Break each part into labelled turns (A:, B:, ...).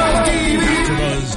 A: AfterBuzz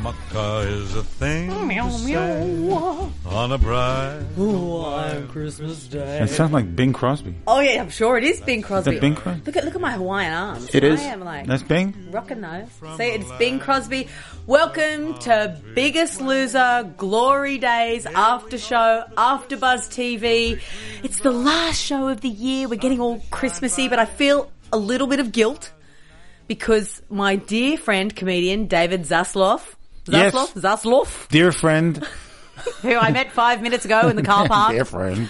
B: Maca is a thing to say on a bride.
C: Christmas Day.
D: It sounds like Bing Crosby.
E: Oh yeah, I'm sure it is Bing Crosby.
D: Bing Crosby?
E: Look at look at my Hawaiian arms.
D: It is.
E: I am like
D: That's Bing.
E: rocking those. See, it's Bing Crosby. Welcome to Biggest Loser, Glory Days, After Show, After Buzz TV. It's the last show of the year. We're getting all Christmassy, but I feel a little bit of guilt because my dear friend comedian David Zasloff.
D: Yes.
E: Zasloff? Zasloff,
D: Dear friend,
E: who I met five minutes ago in the car park.
D: dear friend.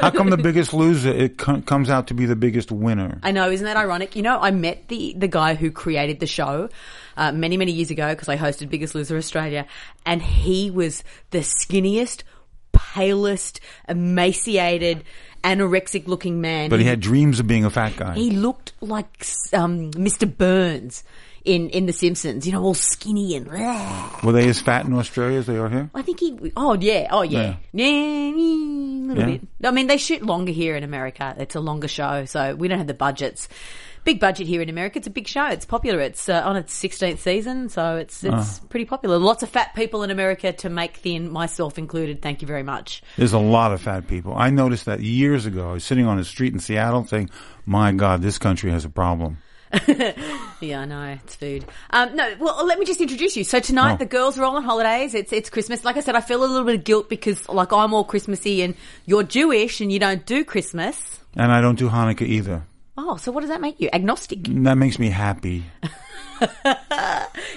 D: How come the biggest loser it co- comes out to be the biggest winner?
E: I know, isn't that ironic? You know, I met the the guy who created the show uh, many many years ago because I hosted Biggest Loser Australia, and he was the skinniest, palest, emaciated, anorexic looking man.
D: But he had dreams of being a fat guy.
E: He looked like um, Mr. Burns in in The Simpsons. You know, all skinny and.
D: Were they as fat in Australia as they are here?
E: I think he. Oh yeah. Oh yeah. Yeah. yeah, little
D: Yeah.
E: bit. I mean, they shoot longer here in America. It's a longer show, so we don't have the budgets. Big budget here in America. It's a big show. It's popular. It's uh, on its 16th season, so it's it's
D: Ah.
E: pretty popular. Lots of fat people in America to make thin, myself included. Thank you very much.
D: There's a lot of fat people. I noticed that years ago. I was sitting on a street in Seattle saying, my God, this country has a problem.
E: Yeah, I know it's food. Um, no, well, let me just introduce you. So tonight
D: Oh.
E: the girls are all on holidays. It's it's Christmas. Like I said, I feel a little bit of guilt because like I'm all Christmassy and you're Jewish and you don't do Christmas.
D: And I don't do Hanukkah either.
E: Oh, so what does that make you? Agnostic?
D: And that makes me happy.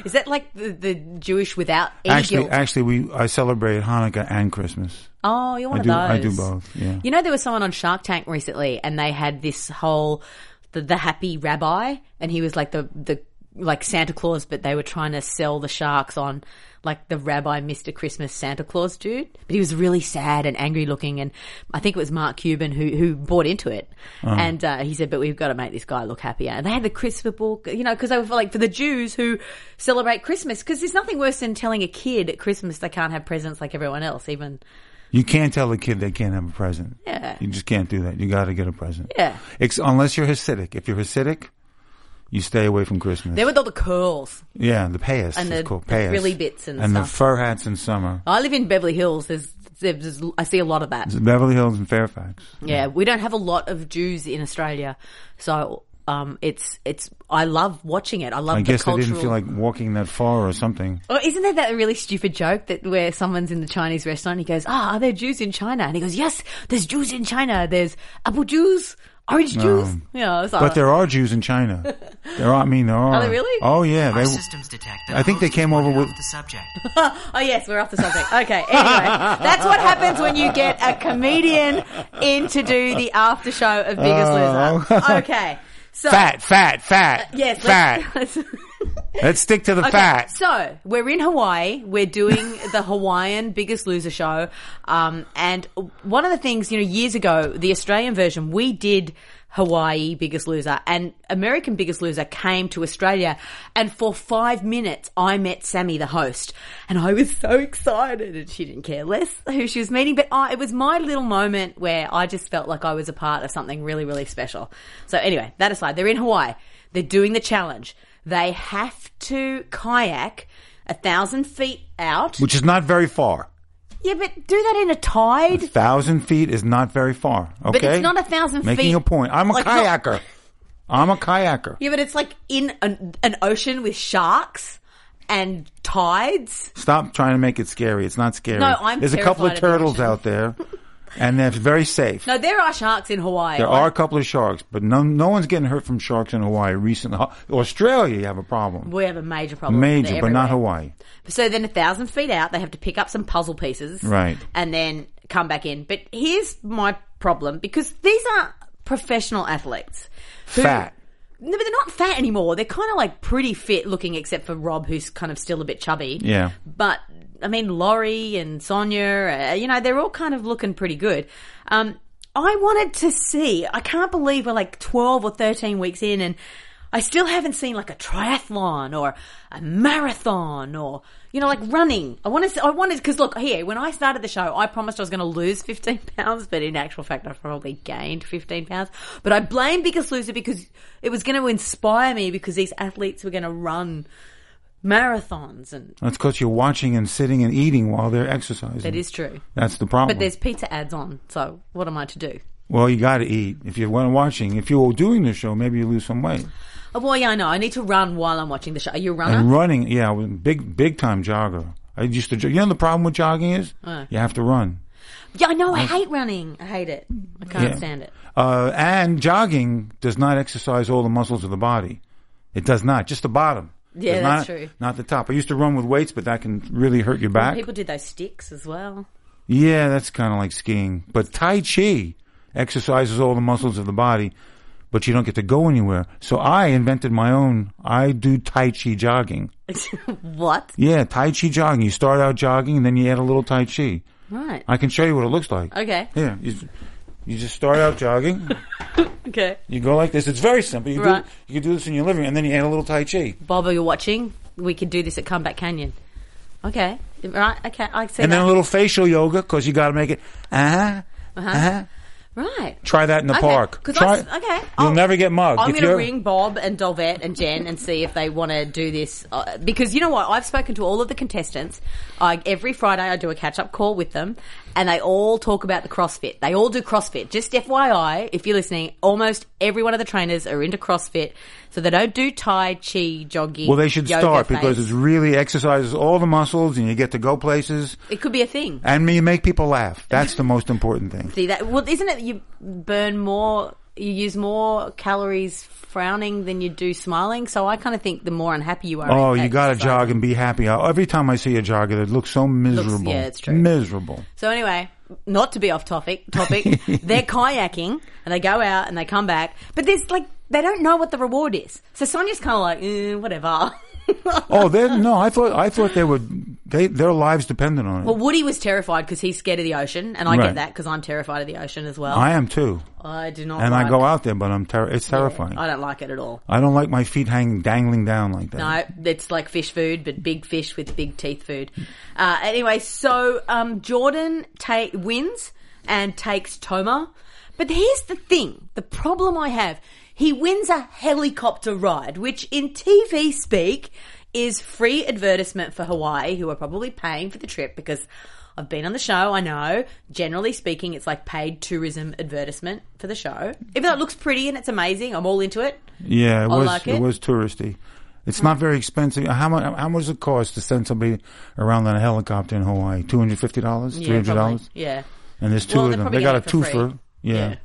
E: Is that like the, the Jewish without any
D: Actually,
E: guilt?
D: actually, we I celebrate Hanukkah and Christmas.
E: oh, you're one
D: I
E: of
D: do,
E: those.
D: I do both. Yeah.
E: You know, there was someone on Shark Tank recently, and they had this whole the, the happy rabbi, and he was like the the like Santa Claus, but they were trying to sell the sharks on like the rabbi Mister Christmas Santa Claus dude. But he was really sad and angry looking, and I think it was Mark Cuban who who bought into it,
D: Uh-huh.
E: and uh, he said, "But we've got to make this guy look happier." And they had the Christmas book, you know, because they were for, like for the Jews who celebrate Christmas, because there's nothing worse than telling a kid at Christmas they can't have presents like everyone else, even.
D: You can't tell a kid they can't have a present.
E: Yeah.
D: You just can't do that. You got to get a present.
E: Yeah.
D: Ex- unless you're Hasidic. If you're Hasidic, you stay away from Christmas.
E: They're with all the curls.
D: yeah, the payas.
E: And
D: it's
E: the-
D: called
E: the
D: payas.
E: frilly bits and
D: the
E: stuff.
D: fur hats in summer.
E: I live in Beverly Hills. There's, there's I see a lot of that.
D: It's Beverly Hills and Fairfax.
E: Yeah, we don't have a lot of Jews in Australia, so um, it's it's. I love watching it. I love
D: I
E: the
D: guess they
E: cultural.
D: didn't feel like walking that far or something.
E: Oh, isn't there that really stupid joke that where someone's in the Chinese restaurant, and he goes, "Ah, are there Jews in China?" And he goes, "Yes, there's Jews in China. There's apple Jews, orange Jews." yeah, it's like,
D: Oh. But there are Jews in China. There are. I mean, there are.
E: there really?
D: Oh yeah. They.
F: Our systems detect that
D: I
F: the
D: think they
F: host is
D: came over
F: running
D: with-
F: off the subject.
E: Oh yes, we're off the subject. Okay, anyway, that's what happens when you get a comedian in to do the after show of Biggest
D: Oh.
E: Loser. Okay, so
D: Fat, fat, fat.
E: Uh, Yes,
D: fat.
E: let's- let's-
D: Let's stick to the
E: Okay,
D: fat.
E: So we're in Hawaii. We're doing the Hawaiian Biggest Loser show. Um, and one of the things, you know, years ago, the Australian version, we did Hawaii Biggest Loser and American Biggest Loser came to Australia. And for five minutes, I met Sammy, the host, and I was so excited and she didn't care less who she was meeting. But I, it was my little moment where I just felt like I was a part of something really, really special. So anyway, that aside, they're in Hawaii. They're doing the challenge they have to kayak a thousand feet out.
D: Which is not very far.
E: yeah, but do that in a tide.
D: Thousand feet is not very far. Okay.
E: it's not a thousand
D: Making
E: feet.
D: a point. I'm a
E: Like, not-
D: kayaker. I'm a kayaker.
E: Yeah, but it's like in an, an ocean with sharks and tides.
D: Stop trying to make it scary. It's not scary.
E: No, I'm
D: There's a couple of
E: terrified
D: turtles
E: of the ocean.
D: out there. and they're very safe.
E: No, there are sharks in Hawaii.
D: There are a couple of sharks, but no, no one's getting hurt from sharks in Hawaii recently. Australia, you have a problem.
E: We have a major problem.
D: Major,
E: They're
D: but not
E: everywhere.
D: Hawaii.
E: So then, a thousand feet out, they have to pick up some puzzle pieces,
D: Right.
E: And then come back in. But here's my problem because these aren't professional athletes. who-
D: Fat.
E: No, but they're not fat anymore. They're kind of like pretty fit looking, except for Rob, who's kind of still a bit chubby.
D: Yeah.
E: But I mean, Laurie and Sonia, uh, you know, they're all kind of looking pretty good. Um, I wanted to see. I can't believe we're like twelve or thirteen weeks in, and I still haven't seen like a triathlon or a marathon or you know, like running. I want to. See, I wanted because look here, when I started the show, I promised I was going to lose fifteen pounds, but in actual fact, I've probably gained fifteen pounds. But I blame Biggest Loser because it was going to inspire me because these athletes were going to run marathons and
D: That's because you're watching and sitting and eating while they're exercising.
E: That is true.
D: That's the problem.
E: But there's pizza ads on, so what am I to do?
D: well, you got to eat. If you weren't watching, if you were doing the show, maybe you lose some weight.
E: Oh, well, yeah, I know. I need to run while I'm watching the show. Are you a runner?
D: And running, yeah, I was a big, big time jogger. I used to, jog- you know, the problem with jogging is you have to run.
E: yeah, I know. I hate running. I hate it. I can't
D: Oh. Yeah.
E: stand it.
D: Uh, and jogging does not exercise all the muscles of the body. It does not, just the bottom.
E: Yeah,
D: It's
E: that's
D: not,
E: true.
D: Not the top. I used to run with weights, but that can really hurt your back.
E: People do those sticks as well.
D: Yeah, that's kind of like skiing. But Tai Chi exercises all the muscles of the body, but you don't get to go anywhere. So I invented my own. I do Tai Chi jogging.
E: what?
D: Yeah, Tai Chi jogging. You start out jogging and then you add a little Tai Chi.
E: Right.
D: I can show you what it looks like.
E: Okay.
D: Yeah, you, you just start out jogging.
E: Okay.
D: You go like this. It's very simple. You,
E: Right.
D: do, you can do this in your living room and then you add a little Tai Chi.
E: Bob, are you watching? We could do this at Comeback Canyon. Okay. Right. Okay. I see
D: And then a
E: that.
D: little facial yoga because you got to make it, uh-huh, uh-huh,
E: right.
D: Try that in the
E: Okay,
D: park.
E: 'cause
D: Try,
E: I s- okay,
D: You'll
E: I'll-
D: never get mugged.
E: I'm
D: If
E: going to
D: you're-
E: ring Bob and Dolvet and Jen and see if they want to do this uh, because you know what? I've spoken to all of the contestants. I every Friday I do a catch up call with them, and they all talk about the CrossFit. They all do CrossFit. Just FYI, if you're listening, almost every one of the trainers are into CrossFit, so they don't do Tai Chi, jogging.
D: Well, they should
E: yoga
D: start
E: phase.
D: because it really exercises all the muscles, and you get to go places,
E: it could be a thing.
D: and you make people laugh. That's the most important thing.
E: See that? Well, isn't it? You burn more. You use more calories frowning than you do smiling. So I kind of think the more unhappy you are.
D: Oh,
E: at
D: you got to
E: exercise-
D: jog and be happy. Uh, Every time I see a jogger, it looks so miserable.
E: yeah, it's true.
D: Miserable.
E: So anyway, not to be off topic, topic, they're kayaking and they go out and they come back, but there's like they don't know what the reward is. So Sonia's kind of like, eh, whatever.
D: Oh, they no. I thought I thought they would. They their lives depended on it.
E: Well, Woody was terrified because he's scared of the ocean, and I
D: Right.
E: get that because I'm terrified of the ocean as well.
D: I
E: I,
D: am too,
E: do not.
D: and
E: like,
D: I go out there, but I'm ter- it's terrifying.
E: Oh, I don't like it at all.
D: I don't like my feet hanging dangling down like that.
E: No, it's like fish food, but big fish with big teeth food. Uh, anyway, so um, Jordan ta- wins and takes Toma. But here's the thing the problem I have he wins a helicopter ride, which in TV speak is free advertisement for Hawaii, who are probably paying for the trip because. I've been on the show, I know. Generally speaking, it's like paid tourism advertisement for the show. Even though it looks pretty and it's amazing, I'm all into it.
D: Yeah, it
E: I
D: was
E: like
D: it.
E: it. Hmm.
D: was touristy. It's not very expensive. How much how much does it cost to send somebody around on a helicopter in Hawaii? Two hundred fifty dollars, three
E: Yeah,
D: hundred
E: probably.
D: dollars,
E: Yeah.
D: and there's two
E: Well,
D: of
E: they're
D: them.
E: probably
D: They got a
E: getting it for free.
D: twofer. Yeah.
E: Yeah.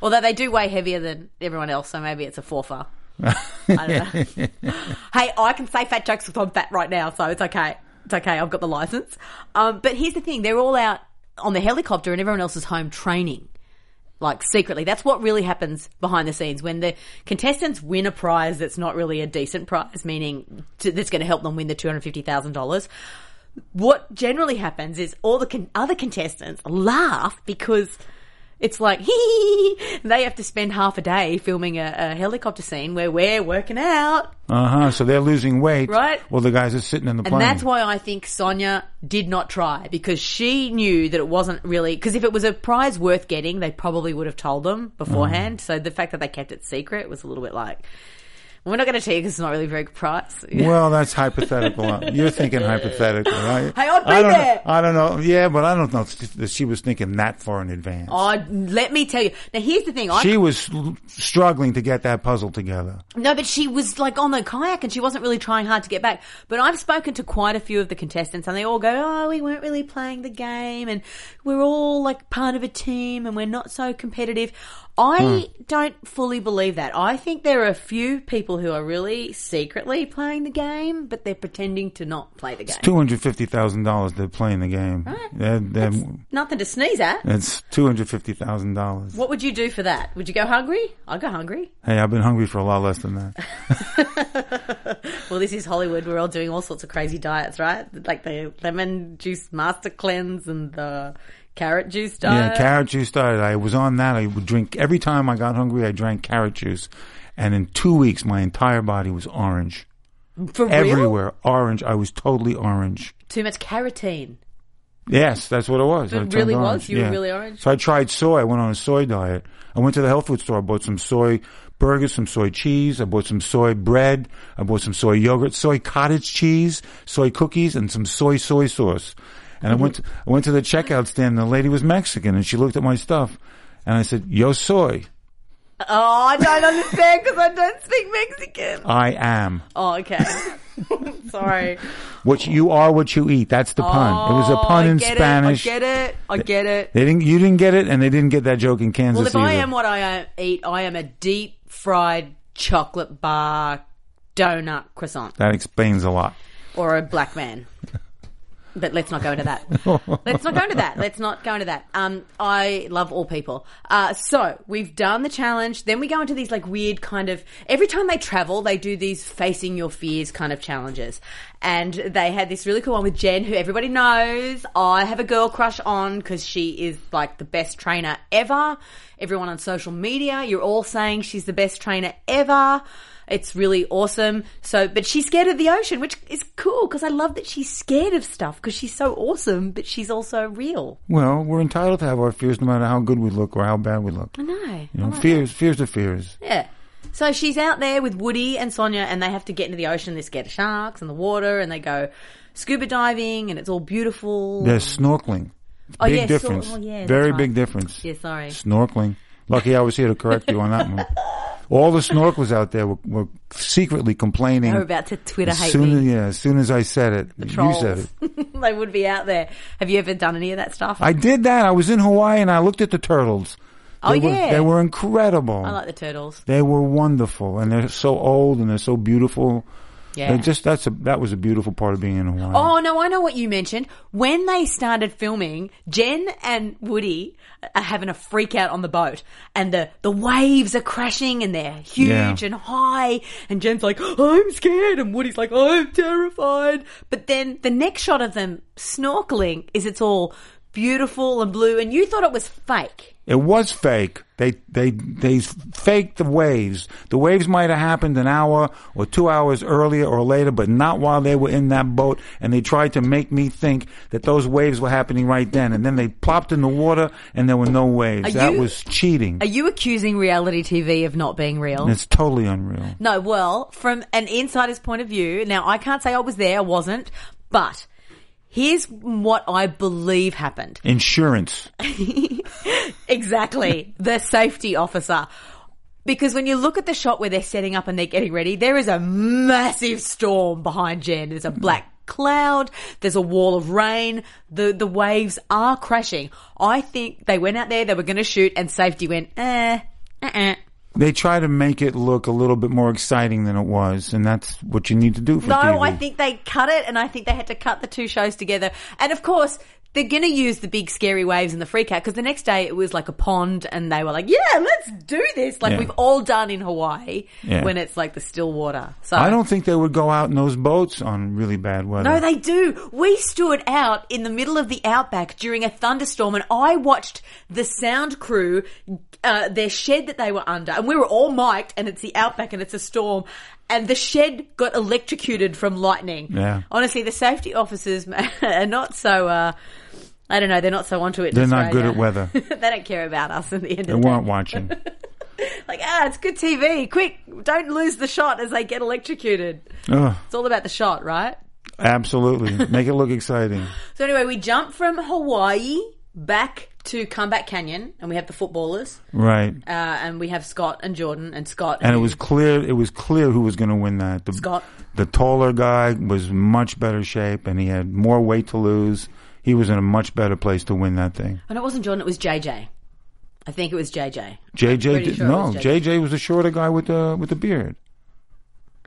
E: Although they do weigh heavier than everyone else, so maybe it's a fourfer. I don't know. hey, I can say fat jokes because I'm fat right now, so it's okay. It's okay. I've got the license. Um, but here's the thing: they're all out on the helicopter, and everyone else is home training, like secretly. That's what really happens behind the scenes when the contestants win a prize that's not really a decent prize, meaning to, that's going to help them win the two hundred fifty thousand dollars what generally happens is all the con- other contestants laugh because it's like they have to spend half a day filming a, a helicopter scene where we're working out,
D: Uh huh. So they're losing weight,
E: Right.
D: Well, the guys are sitting in the
E: and
D: plane.
E: that's why I think Sonia did not try because she knew that it wasn't really because if it was a prize worth getting, they probably would have told them beforehand. So the fact that they kept it secret was a little bit like. We're not going to tell you because it's not really a very good price.
D: Well, that's hypothetical. You're thinking hypothetical. I,
E: Hey, I'd be
D: I don't
E: there.
D: Know, I don't know. Yeah, but I don't know that she was thinking that far in advance.
E: Oh, let me tell you. Now, here's the thing. I
D: she was l- struggling to get that puzzle together.
E: No, but she was like on the kayak and she wasn't really trying hard to get back. But I've spoken to quite a few of the contestants and they all go, Oh, we weren't really playing the game and we're all like part of a team and we're not so competitive. I don't fully believe that. I think there are a few people who are really secretly playing the game, but they're pretending to not play the game.
D: Two hundred fifty thousand dollars. They're playing the game. They're- they're-
E: Nothing to sneeze at.
D: it's two hundred fifty thousand dollars.
E: What would you do for that? Would you go hungry? I'd go hungry.
D: Hey, I've been hungry for a lot less than
E: Uh,
D: that.
E: Well, this is Hollywood. We're all doing all sorts of crazy diets, right? Like the lemon juice master cleanse and the carrot juice diet.
D: yeah, carrot juice diet. I was on that. I would drink every time I got hungry. I drank carrot juice, and in two weeks, my entire body was orange
E: For real?
D: everywhere. Orange. I was totally orange.
E: Too much carotene.
D: Yes, that's what it was.
E: It
D: I turned
E: really was?
D: orange.
E: You were
D: Yeah.
E: really orange?
D: So I tried soy. I went on a soy diet. I went to the health food store. I bought some soy burgers, some soy cheese. I bought some soy bread. I bought some soy yogurt, soy cottage cheese, soy cookies, and some soy soy sauce. And I went. To, I went to the checkout stand. and The lady was Mexican, and she looked at my stuff, and I said, "Yo soy,
E: Oh, I don't understand because I don't speak Mexican.
D: I am."
E: Oh, okay. Sorry.
D: What you you are, what you eat. That's the pun. It was a pun
E: Oh, I
D: in
E: get
D: Spanish.
E: It, I get it. I get it.
D: They didn't. You didn't get it, and they didn't get that joke in Kansas
E: Well, if
D: either.
E: I am what I am- eat, I am a deep fried chocolate bar donut croissant
D: that explains a lot.
E: or a black man. But let's not go into that. let's not go into that. Let's not go into that. Um, I love all people. Uh, so we've done the challenge. Then we go into these like weird kind of. Every time they travel, they do these facing your fears kind of challenges. And they had this really cool one with Jen, who everybody knows. I have a girl crush on because she is like the best trainer ever. Everyone on social media, you're all saying she's the best trainer ever. It's really awesome. So, but she's scared of the ocean, which is cool because I love that she's scared of stuff because she's so awesome, but she's also real.
D: Well, we're entitled to have our fears no matter how good we look or how bad we look. You
E: No.
D: know, fears, fears are fears.
E: Yeah. So she's out there with Woody and Sonia, and they have to get into the ocean. They're scared of sharks and the water, and they go scuba diving, and it's all beautiful.
D: They're snorkeling.
E: Oh,
D: big
E: yeah, so-
D: difference.
E: oh, yeah, that's
D: Very
E: right.
D: big difference.
E: Yeah, sorry.
D: Snorkeling. Lucky I was here to correct you on that one. All the snorkelers out there were, were secretly complaining.
E: They're about to Twitter
D: as
E: hate
D: soon as,
E: me.
D: yeah, as soon as I said it, you
E: Trolls.
D: said it.
E: they would be out there. Have you ever done any of that stuff?
D: I did that. I was in Hawaii and I looked at the turtles.
E: Oh,
D: They were-
E: yeah.
D: they were incredible.
E: I like the turtles.
D: they were wonderful, and they're so old and they're so beautiful.
E: Yeah.
D: They're just that's a that was a beautiful part of being in Hawaii.
E: Oh no, I know what you mentioned. When they started filming, Jen and Woody are having a freak out on the boat, and the the waves are crashing, and they're huge
D: Yeah.
E: and high. And Jen's like, "I'm scared," and Woody's like, "I'm terrified." But then the next shot of them snorkeling is it's all beautiful and blue, and you thought it was fake.
D: It was fake. They they they faked the waves. The waves might have happened an hour or two hours earlier or later, but not while they were in that boat. And they tried to make me think that those waves were happening right then. And then they plopped in the water, and there were no waves.
E: Are
D: that
E: you-
D: was cheating.
E: Are you accusing reality TV of not being real?
D: it's totally unreal.
E: No, well, from an insider's point of view, now I can't say I was there, I wasn't, but here's what I believe happened.
D: Insurance.
E: Exactly. the safety officer. Because when you look at the shot where they're setting up and they're getting ready, there is a massive storm behind Jen. There's a black cloud. There's a wall of rain. The, the waves are crashing. I think they went out there, they were going to shoot and safety went, eh, uh-uh.
D: They try to make it look a little bit more exciting than it was, and that's what you need to do for
E: No,
D: TV.
E: I think they cut it, and I think they had to cut the two shows together. And of course, they're going to use the big scary waves and the freak out because the next day it was like a pond, and they were like, "Yeah, let's do this," like
D: Yeah.
E: we've all done in Hawaii
D: Yeah.
E: when it's like the still water. So
D: I don't think they would go out in those boats on really bad weather.
E: No, they do. We stood out in the middle of the outback during a thunderstorm, and I watched the sound crew, uh, their shed that they were under, and we were all mic'd, and it's the outback, and it's a storm, and the shed got electrocuted from lightning.
D: Yeah.
E: Honestly, the safety officers are not so. Uh, I don't know. They're not so onto it. in
D: They're not good
E: Australia.
D: at weather.
E: they don't care about us in the end.
D: they
E: of the day.
D: weren't watching.
E: Like, ah, it's good TV. Quick, don't lose the shot as they get electrocuted.
D: Ugh,
E: It's all about the shot, right?
D: absolutely. Make it look exciting.
E: So anyway, we jump from Hawaii back to Comeback Canyon, and we have the footballers,
D: Right.
E: uh, and we have Scott and Jordan and Scott.
D: And it was clear it was clear who was going to win that. The,
E: Scott.
D: the taller guy was much better shape and he had more weight to lose. He was in a much better place to win that thing.
E: and it wasn't Jordan; it was JJ. I think it was JJ.
D: JJ
E: pretty
D: did,
E: sure it
D: no,
E: was JJ.
D: JJ was the shorter guy with the with the beard.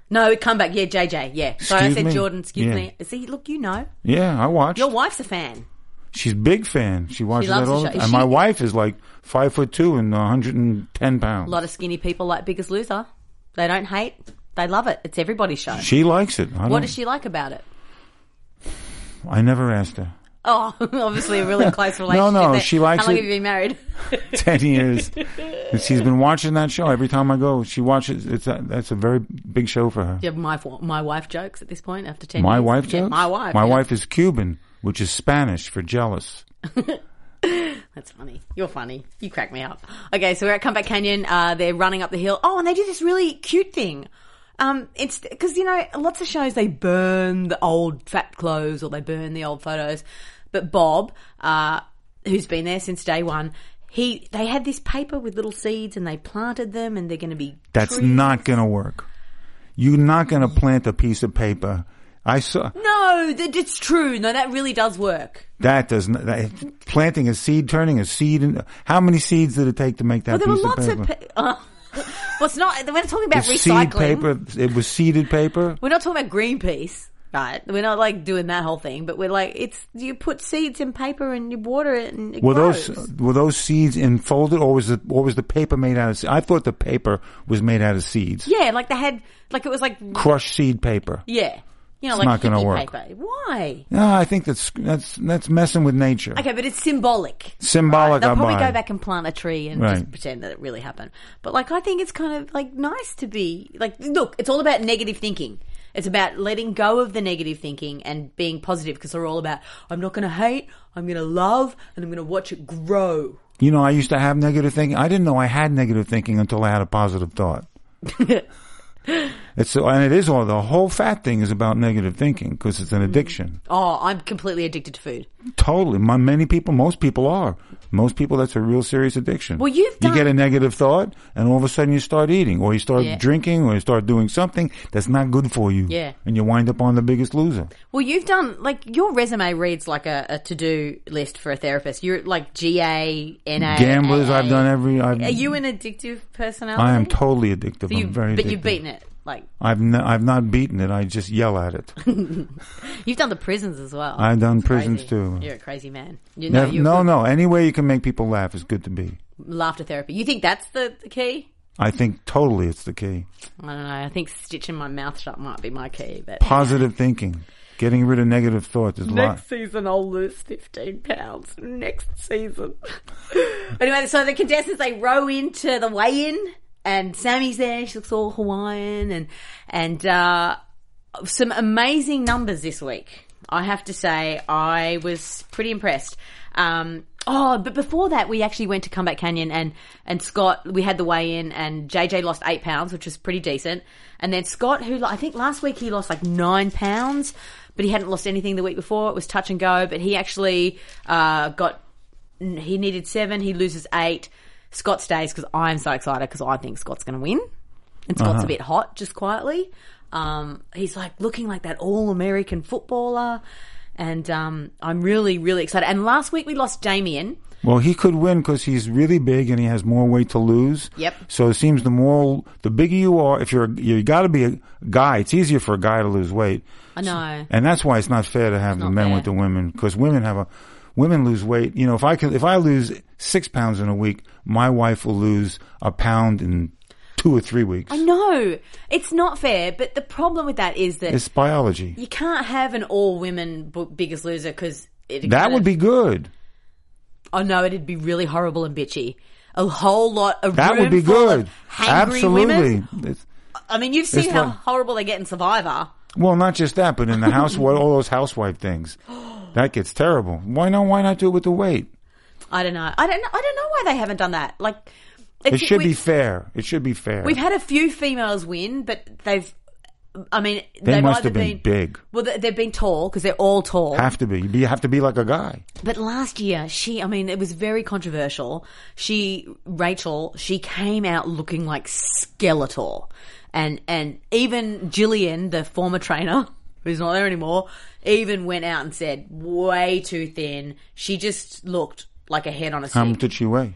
E: No, comeback. Yeah, JJ. Yeah. Sorry, I
D: Excuse
E: said
D: me.
E: Jordan. Excuse
D: Yeah.
E: me. See, look, you know,
D: Yeah, I watched.
E: your wife's a fan.
D: She's a big fan. She watches
E: loves
D: that
E: the
D: all the
E: show.
D: time.
E: Is
D: And
E: she-
D: my wife is like five foot two and 110 pounds.
E: A lot of skinny people like Biggest Loser. They don't hate. They love it. It's everybody's show.
D: She likes it. I
E: what
D: don't-
E: does she like about it?
D: I never asked her.
E: Oh, obviously a really close relationship.
D: no,
E: there.
D: she likes
E: How long
D: it-
E: have you been married?
D: 10 years. And she's been watching that show every time I go. She watches it's a, that's a very big show for her.
E: Do you have my my wife jokes at this point after ten?
D: My
E: years?
D: wife
E: Yeah,
D: jokes?
E: my wife.
D: My
E: yeah.
D: wife is Cuban, which is Spanish for jealous.
E: That's funny. You're funny. You crack me up. Okay, so we're at Comeback Canyon. Uh, they're running up the hill. Oh, and they do this really cute thing. Um, it's because you know lots of shows they burn the old fat clothes or they burn the old photos, but Bob, uh, who's been there since day one, he they had this paper with little seeds and they planted them and they're going to be
D: That's
E: trees.
D: not going to work. You're not going to plant a piece of paper. I saw
E: no that it's true no that really does work.
D: that does not that, planting a seed, turning a seed. In, how many seeds did it take to make that
E: Well, there were
D: piece
E: lots
D: of paper?
E: of. Pa- oh. well, it's not. We're not talking about
D: The seed
E: recycling.
D: paper. It was seeded paper.
E: We're not talking about Greenpeace, right? We're not like doing that whole thing, but we're like, it's you put seeds in paper and you water it and it
D: Were
E: grows.
D: those were those seeds enfolded, or was the or was the paper made out of? se- I thought the paper was made out of seeds.
E: yeah, like they had, like it was like,
D: Crushed seed paper.
E: yeah, you know,
D: It's not
E: like
D: gonna
E: hippie
D: work.
E: paper. Why?
D: No, I think that's that's that's messing with nature.
E: Okay, but it's symbolic.
D: Symbolic.
E: They'll
D: I
E: probably
D: buy.
E: go back and plant a tree and just
D: Right.
E: pretend that it really happened. But like, I think it's kind of like nice to be like, look, it's all about negative thinking. It's about letting go of the negative thinking and being positive because they're all about, I'm not going to hate, I'm going to love, and I'm going to watch it grow.
D: You know, I used to have negative thinking. I didn't know I had negative thinking until I had a positive thought. it's and it is all the whole fat thing is about negative thinking because it's an addiction.
E: Oh, I'm completely addicted to food.
D: Totally, my, many people, most people are. Most people, that's a real serious addiction.
E: Well, you've
D: you get
E: done-
D: a negative thought, and all of a sudden you start eating, or you start
E: Yeah.
D: drinking, or you start doing something that's not good for you.
E: Yeah.
D: and you wind up on the biggest loser.
E: Well, you've done like your resume reads like a, a to do list for a therapist. You're like GA, NA,
D: Gamblers,
E: AA.
D: I've done every. I've,
E: Are you an addictive personality?
D: I am totally addictive.
E: You-
D: I'm very.
E: but you've
D: addictive.
E: beaten it. Like
D: I've n I've not beaten it. I just yell at it.
E: you've done the prisons as well.
D: I've done
E: It's crazy.
D: prisons too.
E: You're a crazy man. You know,
D: No,
E: you're
D: no, no. Any way you can make people laugh is good to be.
E: laughter therapy. You think that's the, the key?
D: I think totally it's the key.
E: I don't know. I think stitching my mouth shut might be my key. But
D: Positive thinking, getting rid of negative thought. There's a lot.
E: Next season, I'll lose 15 pounds. Next season. anyway, so the contestants, they row into the weigh in, and Sammy's there. She looks all Hawaiian, and, and, uh, some amazing numbers this week. I have to say, I was pretty impressed. Um, oh, but before that, we actually went to Comeback Canyon and, and Scott, we had the weigh in and JJ lost eight pounds, which was pretty decent. And then Scott, who I think last week he lost like nine pounds, but he hadn't lost anything the week before. It was touch and go, but he actually, uh, got, he needed seven. He loses eight. Scott stays because I'm so excited because I think Scott's going to win. And Scott's
D: Uh-huh.
E: a bit hot, just quietly. Um, he's like looking like that all American footballer. And um, I'm really, really excited. And last week we lost Damien.
D: Well, he could win because he's really big and he has more weight to lose.
E: Yep.
D: So it seems the more, the bigger you are, if you're, you got to be a guy. It's easier for a guy to lose weight.
E: I know.
D: And that's why it's not fair to have the
E: not
D: men
E: fair.
D: with the women because women have a, women lose weight. You know, if I could, if I lose six pounds in a week, my wife will lose a pound in two or three weeks.
E: No, it's not fair. But the problem with that is that
D: It's biology.
E: you can't have an all women b- biggest loser because it
D: That would be good.
E: Oh no, it'd be really horrible and bitchy. A whole lot of
D: That would be good.
E: Absolutely.
D: Absolutely. It's-
E: I mean, you've seen
D: It's
E: how
D: like-
E: horrible they get in Survivor.
D: well, not just that, but in the house, what all those housewife things, that gets terrible. Why not? Why not do it with the weight?
E: I don't know. I don't. know- I don't know why they haven't done that. Like,
D: It should
E: we-
D: be fair. It should be fair.
E: We've had a few females win, but they've. I mean,
D: They
E: have
D: must
E: either
D: have been big.
E: Well, they- they've been tall because they're all tall.
D: have to be. You be- You have to be like a guy.
E: But last year, she, I mean, it was very controversial. She, Rachel, she came out looking like skeletal. And, and even Jillian, the former trainer, who's not there anymore, even went out and said, way too thin. She just looked like a head on a
D: How much
E: stick.
D: did she weigh?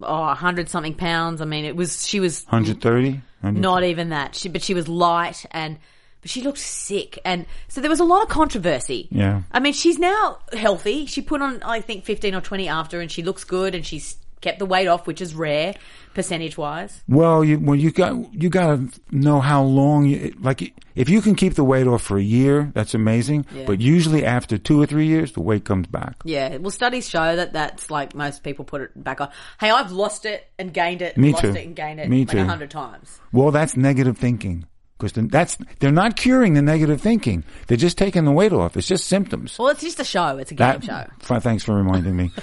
E: Oh, 100 something pounds. I mean, it was, she was
D: 130?
E: not even that. She, but she was light and, but she looked sick. And so there was a lot of controversy.
D: Yeah.
E: I mean, she's now healthy. She put on, I think, 15 or 20 after and she looks good and she's kept the weight off, which is rare percentage wise.
D: Well, you well you got you got to know how long. You, like if you can keep the weight off for a year, that's amazing. But usually after two or three years, the weight comes back.
E: Yeah. Well, studies show that that's like most people put it back on. Hey, I've lost it and gained it,
D: Me
E: lost
D: too.
E: it and gained it
D: Me
E: like
D: too.
E: a hundred times.
D: Well, that's negative thinking because that's they're not curing the negative thinking. They're just taking the weight off. It's just symptoms.
E: Well, it's just a show. It's a game
D: That-
E: show.
D: f- thanks for reminding me.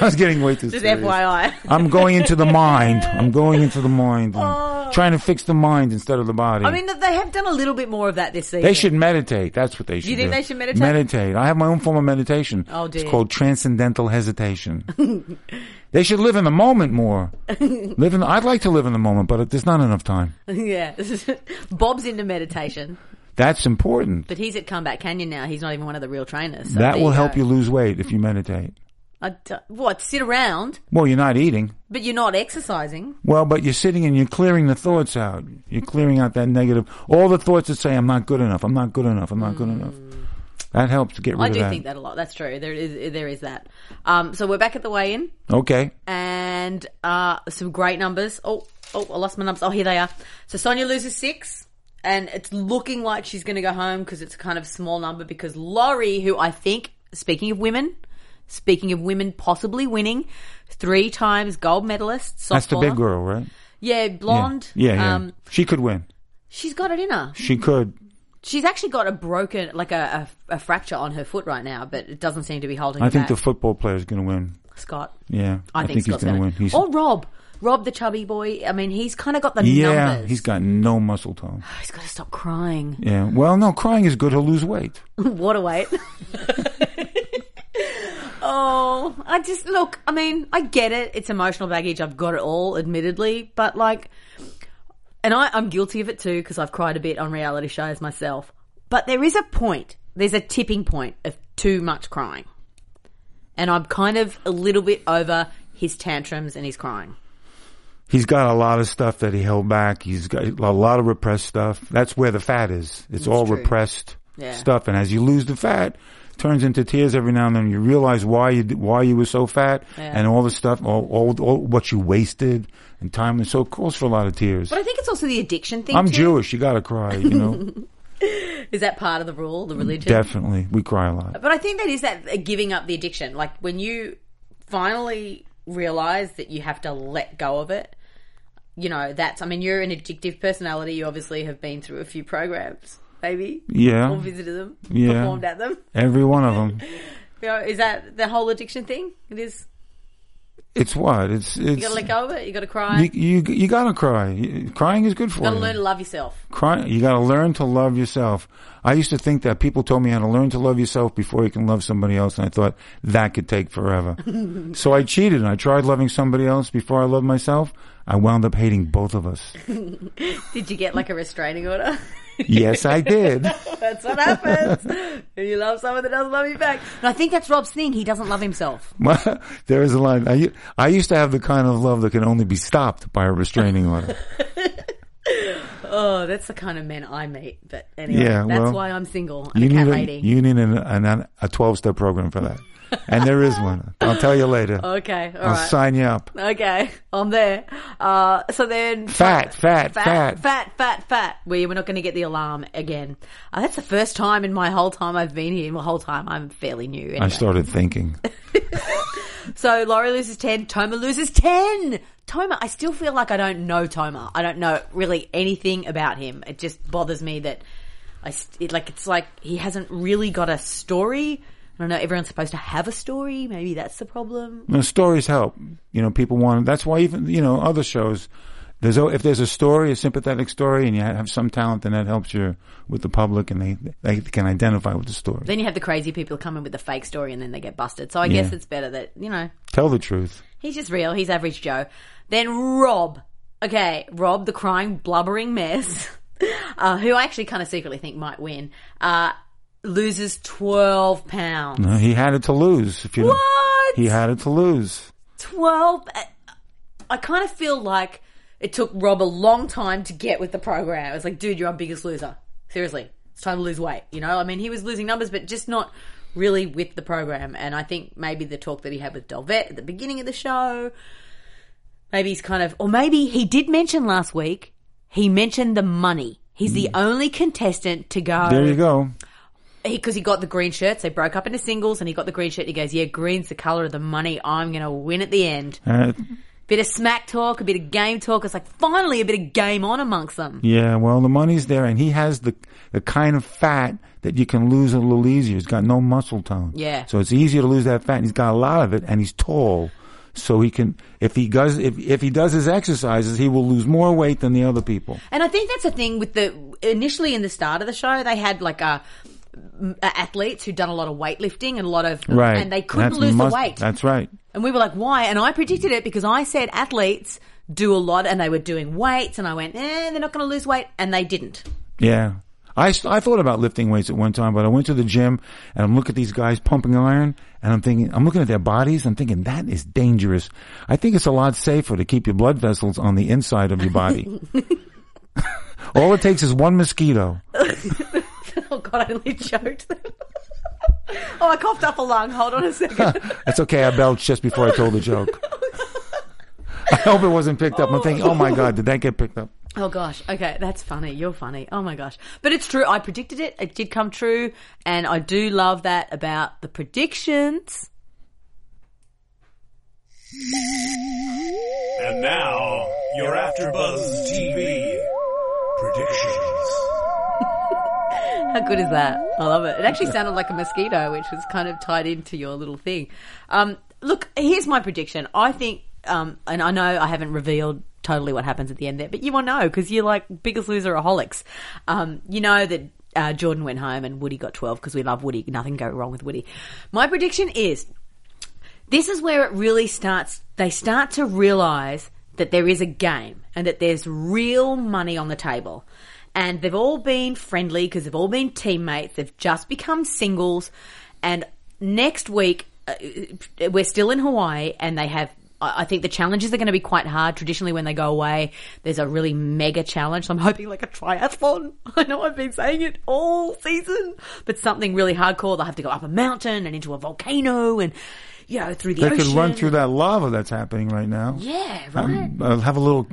D: I was getting way too
E: Just
D: serious.
E: FYI.
D: I'm going into the mind. I'm going into the mind. and Trying to fix the mind instead of the body.
E: Oh. I mean, they have done a little bit more of that this season.
D: they should meditate. That's what they should do.
E: you think they should meditate?
D: Meditate. I have my own form of meditation.
E: Oh, dear.
D: It's called transcendental hesitation. they should live in the moment more. live in. I'd like to live in the moment, but there's not enough time.
E: yeah. Bob's into meditation,
D: That's important.
E: but he's at Comeback Canyon now. He's not even one of the real trainers. so
D: that
E: there
D: will help
E: go.
D: you lose weight if you meditate.
E: I d- what? Sit around,
D: Well, you're not eating.
E: but you're not exercising.
D: Well, but you're sitting and you're clearing the thoughts out. You're clearing out that negative, all the thoughts that say, I'm not good enough, I'm not good enough, I'm not good enough. That helps to get rid
E: Mm. I
D: of
E: do
D: that.
E: think that a lot. That's true. There is there is that. Um, so we're back at the weigh in,
D: Okay.
E: and uh, some great numbers. Oh, oh, I lost my numbers. Oh, here they are. So Sonia loses six, and it's looking like she's going to go home because it's a kind of small number. Because Laurie, who I think, speaking of women, speaking of women possibly winning, three times gold medalist.
D: That's the big
E: softballer.
D: girl, right?
E: Yeah,
D: Yeah.
E: blonde.
D: Yeah, yeah.
E: Um, Mm.
D: she could win.
E: she's got it in her.
D: She could.
E: She's actually got a broken, like a, a, a fracture on her foot right now, but it doesn't seem to be holding.
D: I
E: her
D: think
E: back.
D: the football player's going to win.
E: Scott.
D: Yeah.
E: I, think,
D: he's
E: Scott's
D: gonna
E: gonna
D: win. He's,
E: or Rob. Rob, the chubby boy. I mean, he's kind of got the
D: yeah,
E: numbers.
D: he's got no muscle tone.
E: he's got to stop crying.
D: Yeah. Well, no, crying is good. He'll lose weight.
E: what a weight. oh, I just look. I mean, I get it. It's emotional baggage. I've got it all, admittedly, but like, and I, I'm guilty of it too because I've cried a bit on reality shows myself. But there is a point. There's a tipping point of too much crying, and I'm kind of a little bit over his tantrums and his crying.
D: He's got a lot of stuff that he held back. He's got a lot of repressed stuff. That's where the fat is. It's all
E: true.
D: repressed
E: Yeah.
D: stuff. And as you lose the fat, it turns into tears every now and then. You realize why you why you were so fat
E: Yeah.
D: and all the stuff, all, all all what you wasted and time. And so it calls for a lot of tears.
E: But I think it's also the addiction thing.
D: I'm
E: too.
D: Jewish. You got to cry. You know,
E: Is that part of the rule, the religion?
D: definitely we cry a lot.
E: But I think that is that uh, giving up the addiction. Like when you finally realize that you have to let go of it, you know, that's, I mean, you're an addictive personality. You obviously have been through a few programs, maybe,
D: Yeah,
E: or visited them,
D: Yeah.
E: performed at them.
D: every one of them.
E: You know, is that the whole addiction thing? It is.
D: It's what it's it's.
E: You got to let go of it. You got to cry.
D: You,
E: You
D: you you gotta cry. Crying is good for
E: got
D: you.
E: to learn to love yourself.
D: Cry, you got to learn to love yourself. I used to think that people told me how to learn to love yourself before you can love somebody else, and I thought that could take forever. so I cheated and I tried loving somebody else before I loved myself. I wound up hating both of us.
E: Did you get like a restraining order?
D: yes, I did.
E: that's what happens. When you love someone that doesn't love you back. And I think that's Rob's thing. He doesn't love himself.
D: My- there is a line. I, u- I used to have the kind of love that can only be stopped by a restraining order.
E: Oh, that's the kind of men I meet. But anyway,
D: Yeah,
E: that's
D: well,
E: why I'm single and
D: You
E: a cat
D: need a,
E: lady.
D: you need an, an, a 12 step program for that. And there is one. I'll tell you later.
E: okay, all
D: I'll
E: right.
D: sign you up.
E: okay, I'm there. Uh, so then,
D: Fat, fat,
E: fat,
D: fat.
E: fat, fat, fat. We we're not going to get the alarm again. Uh, that's the first time in my whole time I've been here. My whole time I'm fairly new.
D: I
E: Anyway.
D: started thinking.
E: So Laurie loses ten. Toma loses ten. Toma, I still feel like I don't know Toma. I don't know really anything about him. It just bothers me that I st- it, like it's like he hasn't really got a story. I don't know. Everyone's supposed to have a story. Maybe that's the problem.
D: No, stories help. You know, people want. That's why even you know other shows. There's al- if there's a story, a sympathetic story, and you ha- have some talent, then that helps you with the public, and they they can identify with the story.
E: Then you have the crazy people who come in with the fake story and then they get busted. So I guess it's better that you know
D: Tell the truth.
E: He's just real. He's average Joe. Then Rob. Okay, Rob, the crying, blubbering mess, uh, who I actually kind of secretly think might win, uh, loses 12 pounds.
D: No, he had it to lose. If you don't-
E: What?
D: he had it to lose.
E: 12? Uh, I kind of feel like it took Rob a long time to get with the program. It's like, dude, you're on Biggest Loser. Seriously, it's time to lose weight. You know, I mean, he was losing numbers, but just not really with the program. And I think maybe the talk that he had with Delvet at the beginning of the show, maybe he's kind of, or maybe he did mention last week, he mentioned the money. He's the only contestant to go
D: Hmm. There you go.
E: because he, got the green shirts. They broke up into singles, and he got the green shirt. He goes, "Yeah, green's the color of the money. I'm gonna win at the end."
D: Uh,
E: Bit of smack talk, a bit of game talk. It's like finally a bit of game on amongst them.
D: yeah, well, the money's there, and he has the the kind of fat that you can lose a little easier. He's got no muscle tone.
E: Yeah.
D: so it's easier to lose that fat. And he's got a lot of it, and he's tall, so he can if he does if if he does his exercises, he will lose more weight than the other people.
E: And I think that's the thing with the initially in the start of the show they had like a. m- Athletes who'd done a lot of weightlifting and a lot of,
D: Right,
E: and they couldn't
D: That's
E: lose
D: mus-
E: the weight.
D: That's right.
E: And we were like, why? And I predicted it because I said athletes do a lot and they were doing weights, and I went, eh, they're not going to lose weight, and they didn't.
D: Yeah. I, st- I thought about lifting weights at one time, but I went to the gym and I'm looking at these guys pumping iron and I'm thinking, I'm looking at their bodies. I'm thinking that is dangerous. I think it's a lot safer to keep your blood vessels on the inside of your body. All it takes is one mosquito.
E: Oh god, I nearly choked. oh, I coughed up a lung. Hold on a second.
D: That's okay. I belched just before I told the joke. I hope it wasn't picked up. I'm thinking, oh my God, did that get picked up?
E: oh gosh. Okay, that's funny. You're funny. Oh my gosh. But it's true. I predicted it. It did come true, and I do love that about the predictions.
F: And now, your AfterBuzz TV predictions.
E: How good is that? I love it. It actually sounded like a mosquito, which was kind of tied into your little thing. Um, look, here's my prediction. I think, um, and I know I haven't revealed totally what happens at the end there, but you will know because you're like biggest loser aholics. Um, you know that uh, Jordan went home and Woody got 12 because we love Woody. Nothing go wrong with Woody. My prediction is this is where it really starts. They start to realize that there is a game and that there's real money on the table. And they've all been friendly because they've all been teammates. They've just become singles. And next week, uh, we're still in Hawaii and they have. I I think the challenges are going to be quite hard. Traditionally, when they go away, there's a really mega challenge. So I'm hoping like a triathlon. I know I've been saying it all season, but something really hardcore. They'll have to go up a mountain and into a volcano and, you know, through the
D: They
E: ocean.
D: could run through that lava that's happening right now.
E: Yeah, right.
D: Um, I'll have a little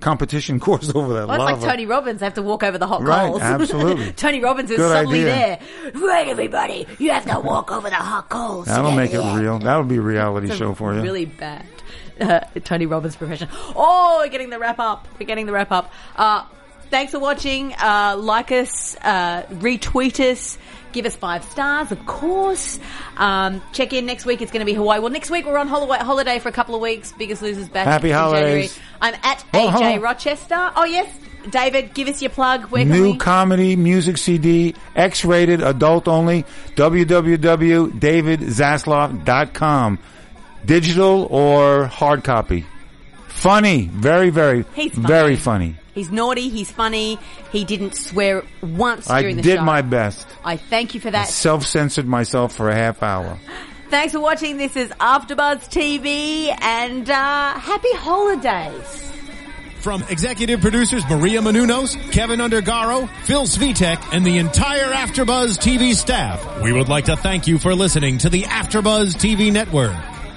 D: competition course over that
E: Well,
D: lava.
E: it's like Tony Robbins. They have to walk over the hot
D: Right,
E: coals.
D: absolutely.
E: Tony Robbins is
D: Good
E: suddenly
D: idea.
E: there. Right, everybody, you have to walk over the hot coals.
D: That'll
E: to get
D: make it
E: the end.
D: real. That'll be a reality
E: It's a
D: show for you.
E: Really bad. Uh, Tony Robbins profession. Oh, we're getting the wrap up. We're getting the wrap up. Uh, thanks for watching. Uh, like us, uh, retweet us, give us five stars, of course. Um, check in next week. It's going to be Hawaii. Well, next week we're on holiday, holiday for a couple of weeks. Biggest losers back.
D: Happy
E: in January.
D: holidays.
E: I'm at
D: Oh, hold
E: AJ
D: on.
E: Rochester. Oh yes, David, give us your plug. Where can
D: New
E: we-
D: comedy music CD, X-rated, adult only. www.davidzasloff.com. Digital or hard copy. Funny, very, very,
E: He's funny.
D: very funny.
E: He's naughty. He's funny. He didn't swear once
D: I
E: during the
D: did
E: show.
D: my best.
E: I thank you for that.
D: Self-censored myself for a half hour.
E: Thanks for watching. This is AfterBuzz TV, and uh, happy holidays.
A: From executive producers Maria Manunos, Kevin Undergaro, Phil Svitek, and the entire Afterbuzz TV staff, we would like to thank you for listening to the Afterbuzz TV network.